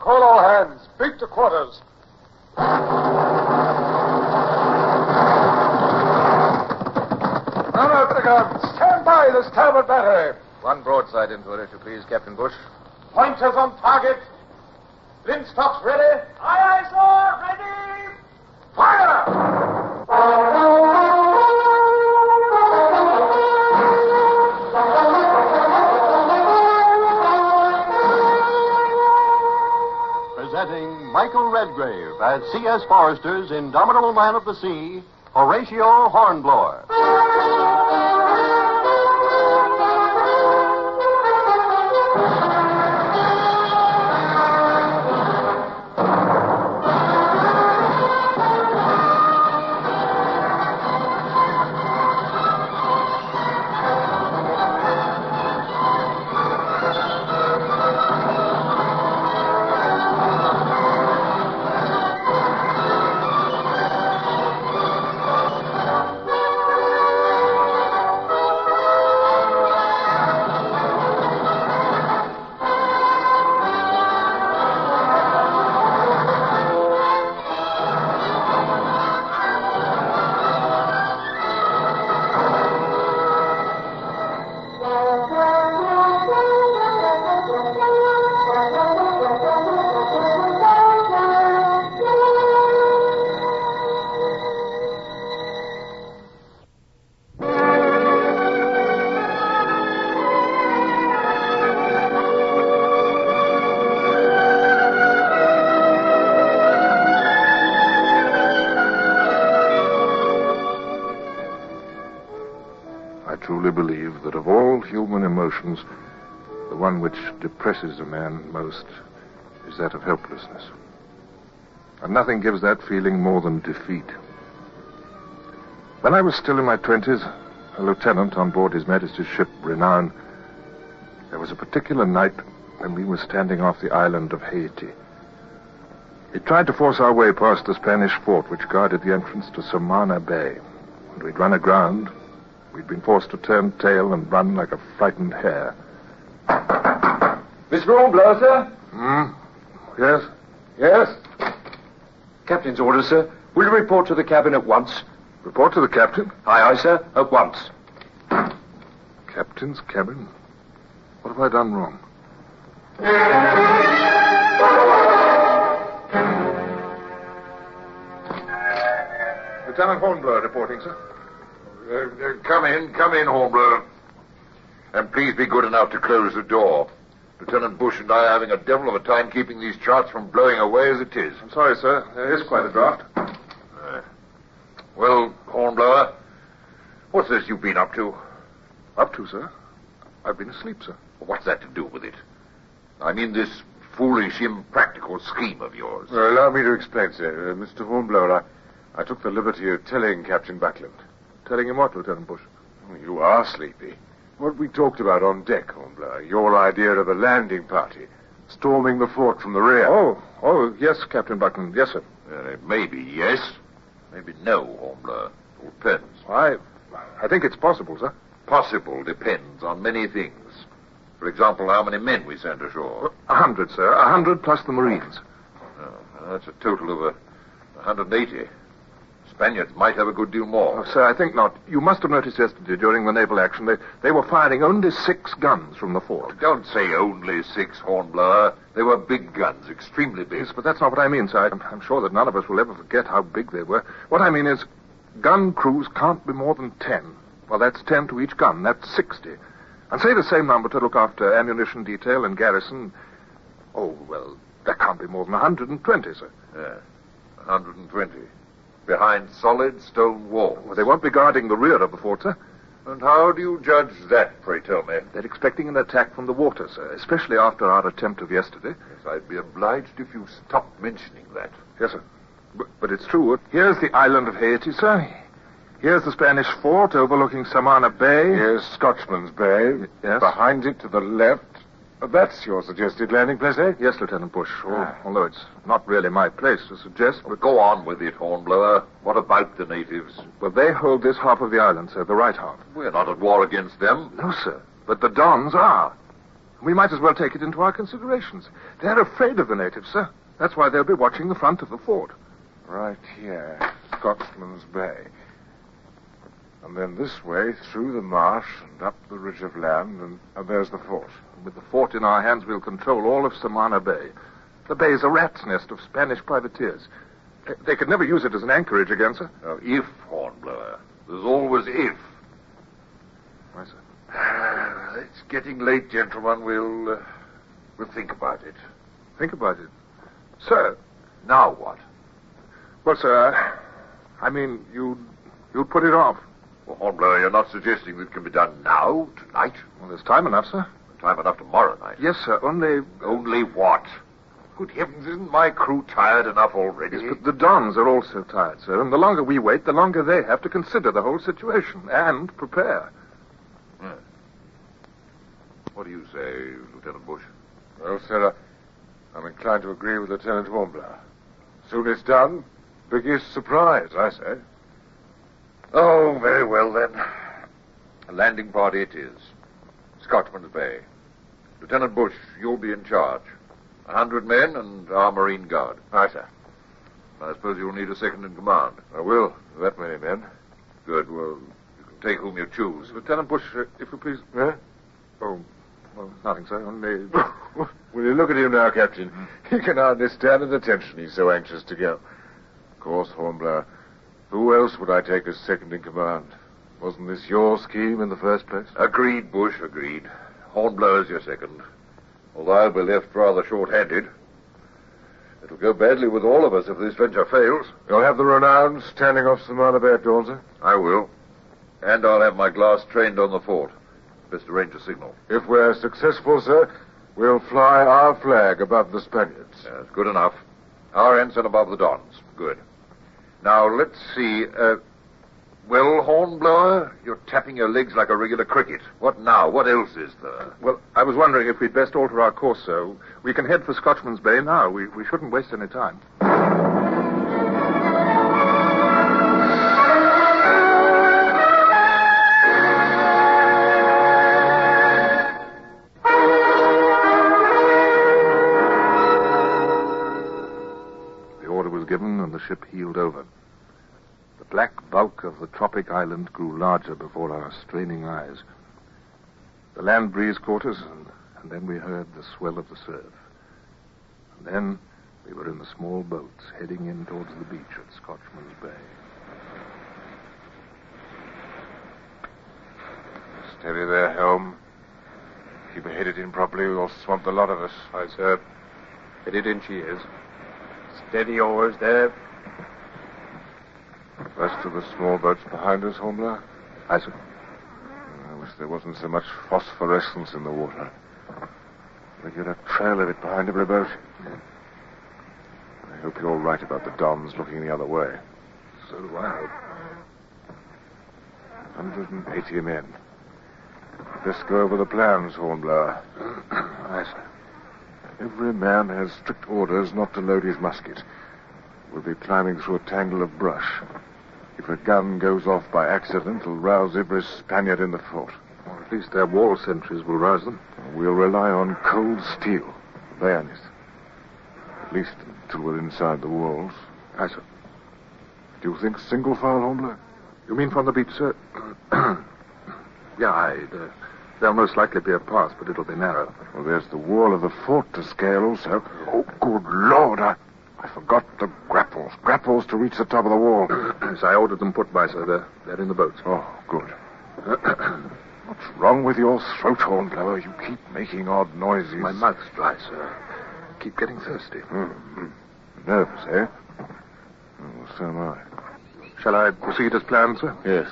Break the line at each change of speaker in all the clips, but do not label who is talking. Hold all hands. Beat to quarters. Man up the guns. Stand by the starboard battery.
One broadside into it, if you please, Captain Bush.
Pointers on target. Linstock's ready. Aye, aye, sir. Ready. Fire!
Presenting Michael Redgrave as C.S. Forrester's Indomitable Man of the Sea, Horatio Hornblower.
I truly believe that of all human emotions, the one which depresses a man most is that of helplessness. And nothing gives that feeling more than defeat. When I was still in my twenties, a lieutenant on board His Majesty's ship Renown, there was a particular night when we were standing off the island of Haiti. He tried to force our way past the Spanish fort which guarded the entrance to Samana Bay. And we'd run aground, We'd been forced to turn tail and run like a frightened hare.
Miss Hornblower, sir?
Hmm? Yes?
Yes? Captain's orders, sir. Will you report to the cabin at once?
Report to the captain.
Aye, aye, sir. At once.
Captain's cabin? What have I done wrong? Lieutenant Hornblower reporting, sir.
Uh, uh, come in, come in, Hornblower. And please be good enough to close the door. Lieutenant Bush and I are having a devil of a time keeping these charts from blowing away as it is.
I'm sorry, sir. There is quite a draft.
Well, Hornblower, what's this you've been up to?
Up to, sir. I've been asleep, sir.
What's that to do with it? I mean this foolish, impractical scheme of yours.
Well, allow me to explain, sir. Uh, Mr. Hornblower, I, I took the liberty of telling Captain Buckland.
Telling him what, Lieutenant Bush?
You are sleepy. What we talked about on deck, Hornblower, your idea of a landing party, storming the fort from the rear.
Oh, oh, yes, Captain Buckland. Yes, sir.
Well, it may be Uh, yes, maybe no, Hornblower. It all depends.
I, I think it's possible, sir.
Possible depends on many things. For example, how many men we send ashore.
A hundred, sir. A hundred plus the Marines.
Oh, that's a total of a 180. Spaniards might have a good deal more.
Oh, sir, I think not. You must have noticed yesterday during the naval action they, they were firing only six guns from the fort.
Don't say only six, Hornblower. They were big guns, extremely big.
Yes, but that's not what I mean, sir. I'm, I'm sure that none of us will ever forget how big they were. What I mean is, gun crews can't be more than ten. Well, that's ten to each gun. That's sixty. And say the same number to look after ammunition detail and garrison. Oh, well, there can't be more than 120, sir.
Yeah, 120. Behind solid stone walls.
Well, they won't be guarding the rear of the fort, sir.
And how do you judge that, pray tell me?
They're expecting an attack from the water, sir, especially after our attempt of yesterday.
Yes, I'd be obliged if you stopped mentioning that.
Yes, sir. But, but it's true. Here's the island of Haiti, sir. Here's the Spanish fort overlooking Samana Bay.
Here's Scotchman's Bay.
Yes.
Behind it to the left. Uh, That's your suggested landing place, eh? Ah.
Yes, Lieutenant Bush. al- Although it's not really my place to suggest, but
But go on with it, Hornblower. What about the natives?
well, they hold this half of the island, sir, the right half.
We're not at war against them.
No, sir. But the Dons are.
We might as well take it into our considerations. They're afraid of the natives, sir. That's why they'll be watching the front of the fort.
Right here, Scotsman's Bay. And then this way, through the marsh and up the ridge of land, and, and there's the fort.
With the fort in our hands, we'll control all of Samana Bay. The bay's a rat's nest of Spanish privateers. They, they could never use it as an anchorage again, sir.
Now, if, Hornblower. There's always if.
Why, sir?
It's getting late, gentlemen. We'll, uh, we'll think about it.
Think about it. Sir,
Now what?
well, sir, I- I mean, you'd, you'd put it off.
Well, Hornblower, you're not suggesting that it can be done now, tonight,
Well, there's time enough, sir.
time enough tomorrow night.
Yes, sir, only...
oh,
Only what? Good heavens, isn't my crew tired enough already?
eh?
Yes, but the Dons are also tired, sir, and the longer we wait, the longer they have to consider the whole situation and prepare.
What do you say, Lieutenant Bush?
Well, sir, uh, I'm inclined to agree with Lieutenant Hornblower. Soon it's done. Biggest surprise, I say.
Oh, very well then. A landing party it is. Scotchman's Bay. Lieutenant Bush, you'll be in charge. A hundred men and our Marine Guard.
Aye, sir.
I suppose you'll need a second in command.
I will. That many men.
Good. Well, you can take whom you choose.
Lieutenant Bush, uh, if you please...
Huh?
Oh, well, nothing, sir, only...
Will you look at him now, Captain? He can hardly stand at attention. He's so anxious to go. Of course, Hornblower. Who else would I take as second in command? Wasn't this your scheme in the first place?
Agreed, Bush, agreed. Hornblower's your second. Although I'll be left rather short-handed. It'll go badly with all of us if this venture fails.
You'll have the renowned standing off Samana Bay at dawn, sir.
I will. And I'll have my glass trained on the fort. Best arrange a signal.
If we're successful, sir, we'll fly our flag above the Spaniards.
That's good enough. Our ensign above the Don's. Good. Now, let's see. Uh, well, Hornblower, you're tapping your legs like a regular cricket. What now? What else is there?
Well, I was wondering if we'd best alter our course, sir. We can head for Scotchman's Bay now. We, we shouldn't waste any time. The order was given, and the ship heeled over. The black bulk of the tropic island grew larger before our straining eyes. The land breeze caught us, and, and then we heard the swell of the surf. And then we were in the small boats heading in towards the beach at Scotchman's Bay.
Steady there, Helm. Keep her headed in properly, we'll swamp the lot of us. Aye, sir. Headed in she is. Steady oars there. Rest of the small boats behind us, Hornblower.
I said,
I wish there wasn't so much phosphorescence in the water. They get a trail of it behind every boat. I hope you're all right about the Dons looking the other way.
so do I.
180 men. Let's go over the plans, Hornblower.
I said,
Every man has strict orders not to load his musket. We'll be climbing through a tangle of brush. If a gun goes off by accident, it'll rouse every Spaniard in the fort.
or at least their wall sentries will rouse them.
We'll rely on cold steel, bayonets. At least until we're inside the walls.
I said,
Do you think single file, Hornblower?
you mean from the beach, sir? yeah, I'd, uh, there'll most likely be a path, but it'll be narrow.
Well, there's the wall of the fort to scale also. Oh, good Lord, I, I forgot the grapples. Grapples to reach the top of the wall.
As I ordered them put by, sir, they're, they're in the boats.
Oh, good. What's wrong with your throat, Hornblower? You keep making odd noises.
My mouth's dry, sir. Keep getting thirsty.
Nervous, eh? Oh, so am I.
Shall I proceed as planned, sir?
Yes.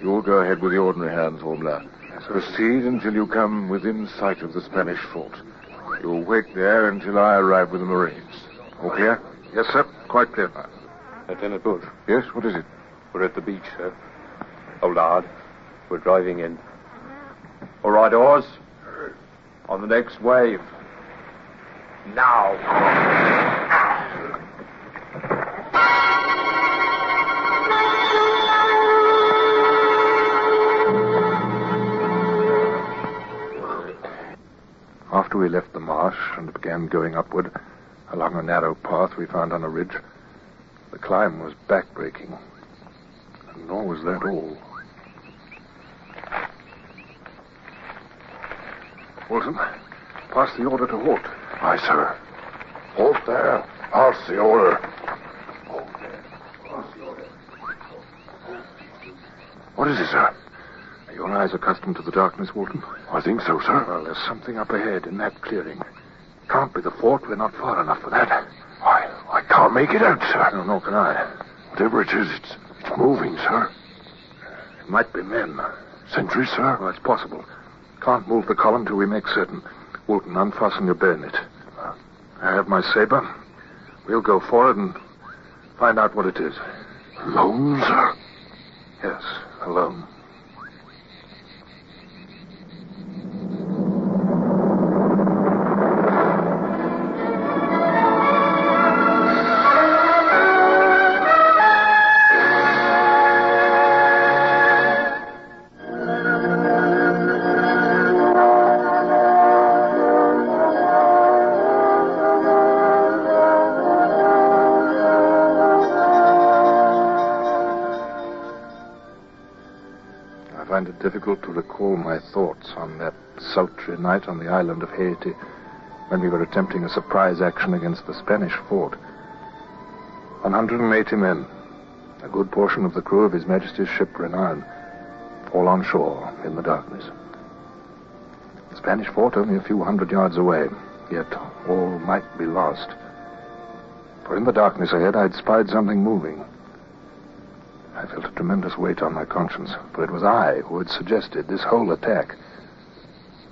You'll go ahead with the ordinary hands, Hornblower. Proceed until you come within sight of the Spanish fort. You'll wait there until I arrive with the Marines. All clear?
Yes, sir. Quite clear.
Lieutenant Bush,
Yes, what is it?
we're at the beach, sir. Oh, lard, we're driving in. All right, oars. On the next wave.
Now!
we left the marsh and began going upward along a narrow path we found on a ridge. The climb was backbreaking. Nor was that all. Wilson, pass the order to halt.
Aye, sir. Halt there. Pass the order.
What is it, sir? Are your eyes accustomed to the darkness, Walton?
I think so, sir.
Well, there's something up ahead in that clearing. Can't be the fort. We're not far enough for that.
I, I can't make it out, sir.
No, nor can I.
Whatever it is, it's, it's moving, sir.
It might be men.
Sentry, sir.
Well, it's possible. Can't move the column till we make certain. Walton, unfasten your bayonet.
Uh.
I have my saber. We'll go forward and find out what it is.
Lone, sir.
Yes, alone. I find it difficult to recall my thoughts on that sultry night on the island of Haiti when we were attempting a surprise action against the Spanish fort. 180 men, a good portion of the crew of His Majesty's ship Renown, all on shore in the darkness. The Spanish fort only a few hundred yards away, yet all might be lost. For in the darkness ahead, I'd spied something moving. I felt a tremendous weight on my conscience, for it was I who had suggested this whole attack.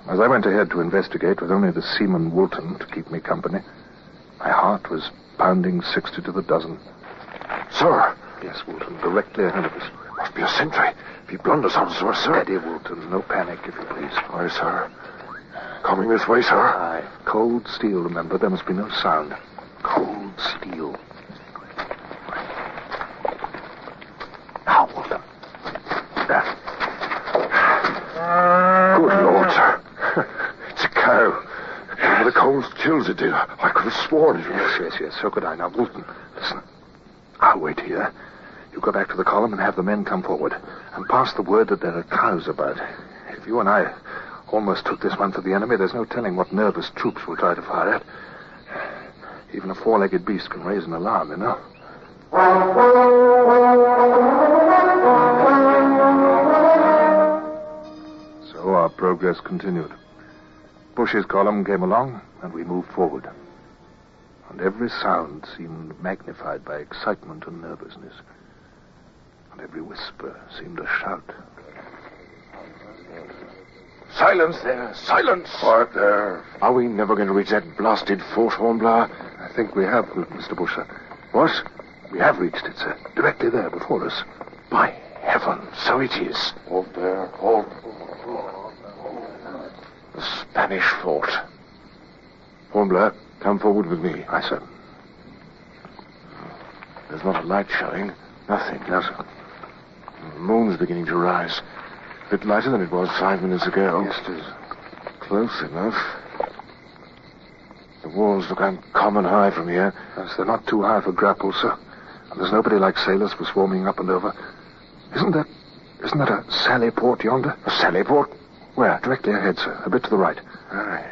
As I went ahead to investigate with only the seaman Woolton to keep me company, my heart was pounding 60 to the dozen.
Sir.
Yes, Woolton, directly ahead of us.
Must be a sentry. If he blunders on us, we're sir.
Steady, Woolton. No panic, if you please.
Aye, sir. Coming this way, sir.
Aye. Cold steel, remember. There must be no sound. Cold steel. Now, Walter. There.
Good Lord, sir. It's a cow. Remember the cold chills it did. I could have sworn it
Yes,
was.
yes, yes. So could I. Now, Walton, listen. I'll wait here. You go back to the column and have the men come forward. And pass the word that there are cows about. If you and I almost took this one for the enemy, there's no telling what nervous troops will try to fire at. Even a four-legged beast can raise an alarm, you know. So our progress continued. Bush's column came along, and we moved forward. And every sound seemed magnified by excitement and nervousness. And every whisper seemed a shout.
Silence there. Silence. Quiet there.
Are we never going to reach that blasted fort, Hornblower? I think we have, Mr. Busher. What? We have reached it, sir. Directly there before us.
By heaven, so it is.
Hold there. Hold.
The Spanish fort.
Hornblower, come forward with me. Aye, sir.
There's not a light showing. Nothing.
No, sir.
The moon's beginning to rise. A bit lighter than it was five minutes ago.
Yes, it is.
Close enough. The walls look uncommon high from here.
Yes, they're not too high for grapple, sir. And there's nobody like sailors for swarming up and over. Isn't that... Isn't that a sally port yonder?
A sally port?
Where? Directly ahead, sir. A bit to the right.
Aye.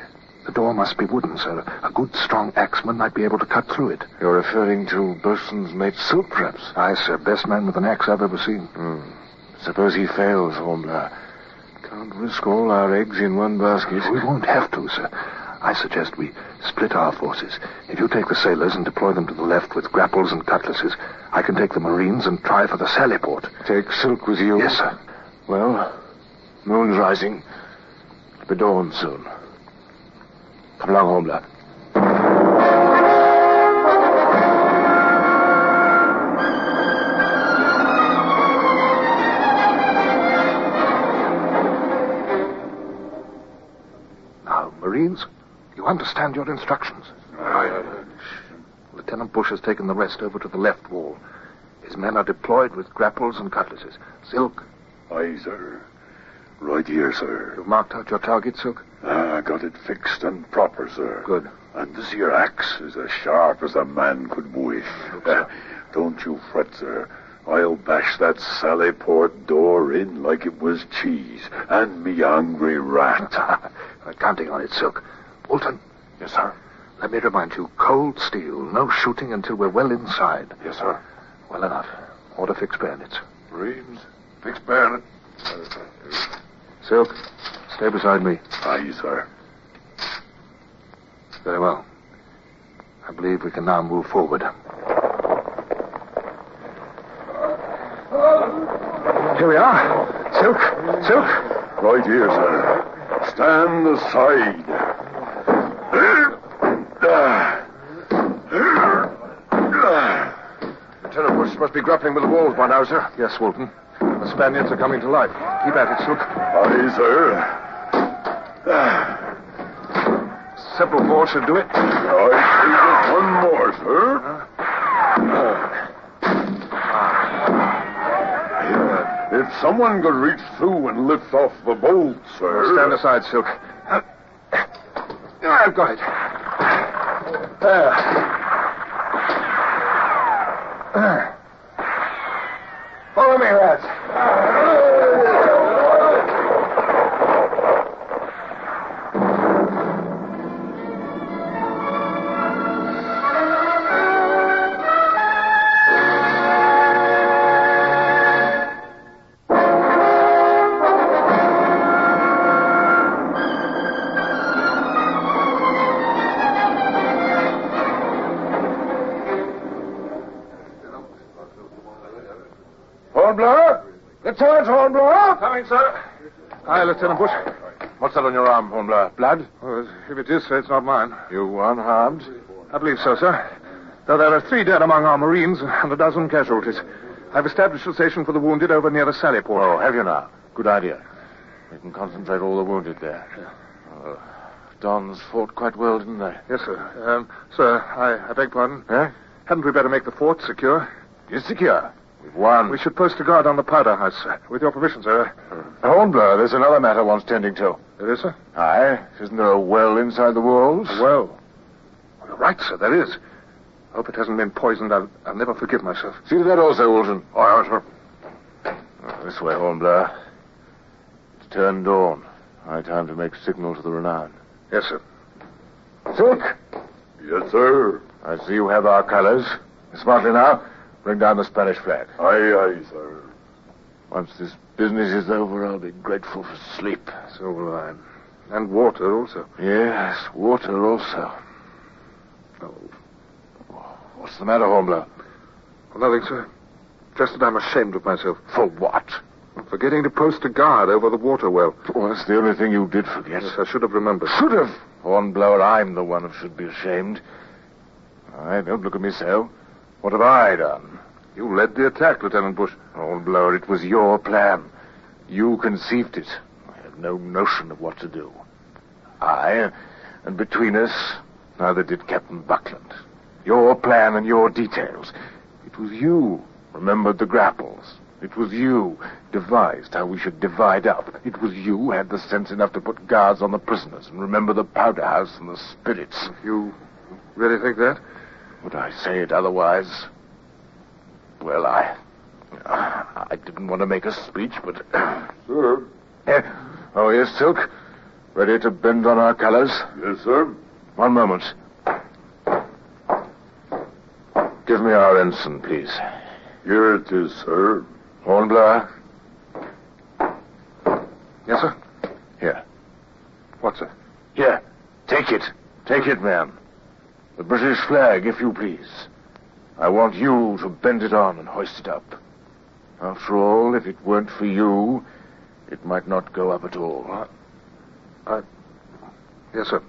The door must be wooden, sir. A good, strong axeman might be able to cut through it.
You're referring to bosun's mate Silk, perhaps?
Aye, sir. Best man with an axe I've ever seen.
Suppose he fails, Hornblower. Can't risk all our eggs in one basket.
We won't have to, sir. I suggest we split our forces. If you take the sailors and deploy them to the left with grapples and cutlasses, I can take the marines and try for the sally port.
Take Silk with you?
Yes, sir.
Well, moon's rising. It'll be dawn soon. Come along, Hornblower.
Now, marines, you understand your instructions. Lieutenant Bush has taken the rest over to the left wall. His men are deployed with grapples and cutlasses. Silk,
Aye, sir.
Right here, sir.
You've marked out your target, Sook?
I got it fixed and proper, sir.
Good.
And this here axe is as sharp as a man could wish. Uh, don't you fret, sir. I'll bash that Sallyport door in like it was cheese, and me hungry rat.
I'm counting on it, Sook. Bolton. Yes, sir. Let me remind you, cold steel, no shooting until we're well inside.
yes, sir.
Well enough. Order fixed bayonets.
Reams, fixed bayonet.
Silk, stay beside me.
Aye, sir.
Very well. I believe we can now move forward. Here we are. Silk, Silk.
Right here, sir. Stand aside.
Lieutenant Bush must be grappling with the walls by now, sir. Yes, Walton. The Spaniards are coming to life. Keep at it, Silk.
Aye, sir.
Several balls should do it.
I see just one more, sir.
Uh-huh.
If someone could reach through and lift off the bolt, sir.
Stand aside, Silk. I've got it. There. There. Follow me, rats.
Hornblower? Lieutenant Hornblower?
Coming, sir. Hi, Lieutenant Bush.
What's that on your arm, Hornblower? Blood?
Well, if it is, sir, it's not mine.
You unharmed?
I believe so, sir. Though there are three dead among our Marines and a dozen casualties. I've established a station for the wounded over near the Sallyport.
Oh, have you now? Good idea. We can concentrate all the wounded there. Uh, Dons fought quite well, didn't they?
Yes, sir. Um, sir, I, I beg pardon.
Eh?
Hadn't we better make the fort secure?
It's secure. We've won.
We should post a guard on the powder house, sir. With your permission, sir.
Hornblower, there's another matter one's tending to.
There is, sir?
Aye. Isn't there a well inside the walls?
Well. You're right, sir, there is. Hope it hasn't been poisoned. I'll, I'll never forgive myself.
See to that also, Wilson. Aye, aye, sir. Oh, this way, Hornblower. It's turned dawn. High time to make signal to the Renown.
Yes, sir.
Silk,
Yes, sir.
I see you have our colors. Smartly now, bring down the Spanish flag.
Aye, aye, sir.
Once this business is over, I'll be grateful for sleep.
So will I. And water, also.
Yes, water also. What's the matter, Hornblower?
Nothing, sir. Just that I'm ashamed of myself.
For what?
Forgetting to post a guard over the water well.
Well, that's the only thing you did forget.
Yes, I should have remembered.
Should have. Hornblower, I'm the one who should be ashamed. Aye, don't look at me so. What have I done?
You led the attack, Lieutenant Bush.
Hornblower, it was your plan. You conceived it. I had no notion of what to do. I, and between us, neither did Captain Buckland. Your plan and your details. It was you remembered the grapples. It was you devised how we should divide up. It was you who had the sense enough to put guards on the prisoners and remember the powder house and the spirits.
You really think that?
Would I say it otherwise? Well, I. I didn't want to make a speech, but.
Sir.
Eh, oh, yes, Silk. Ready to bend on our colors?
Yes, sir.
One moment. Give me our ensign, please.
Here it is, sir.
Hornblower?
Yes, sir?
Here.
What, sir?
Here. Take it. Take it, ma'am. The British flag, if you please. I want you to bend it on and hoist it up. After all, if it weren't for you, it might not go up at all.
Yes, sir.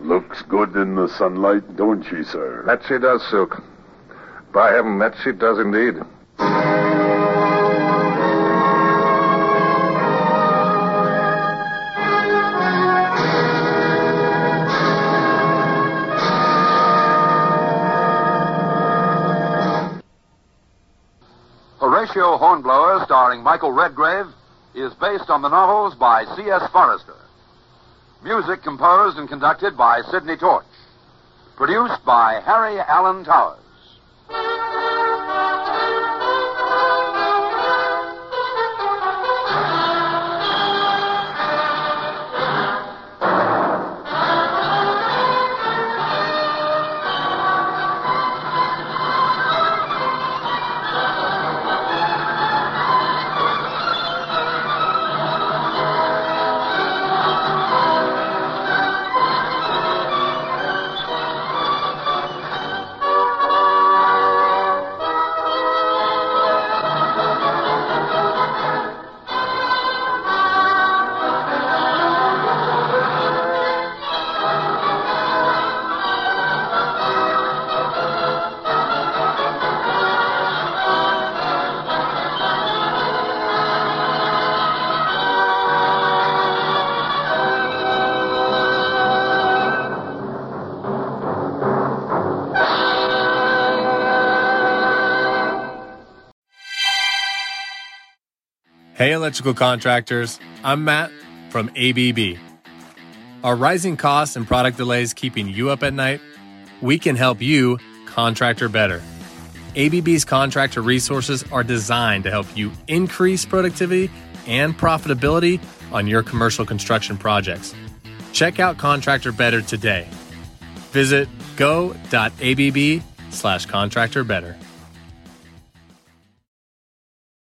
Looks good in the sunlight, don't she, sir?
That she does, Silk. By heaven, that she does indeed.
Horatio Hornblower, starring Michael Redgrave, is based on the novels by C.S. Forrester. Music composed and conducted by Sidney Torch. Produced by Harry Allen Towers.
Hey, electrical contractors, I'm Matt from ABB. Are rising costs and product delays keeping you up at night? We can help you contractor better. ABB's contractor resources are designed to help you increase productivity and profitability on your commercial construction projects. Check out Contractor Better today. Visit go.abb slash contractor better.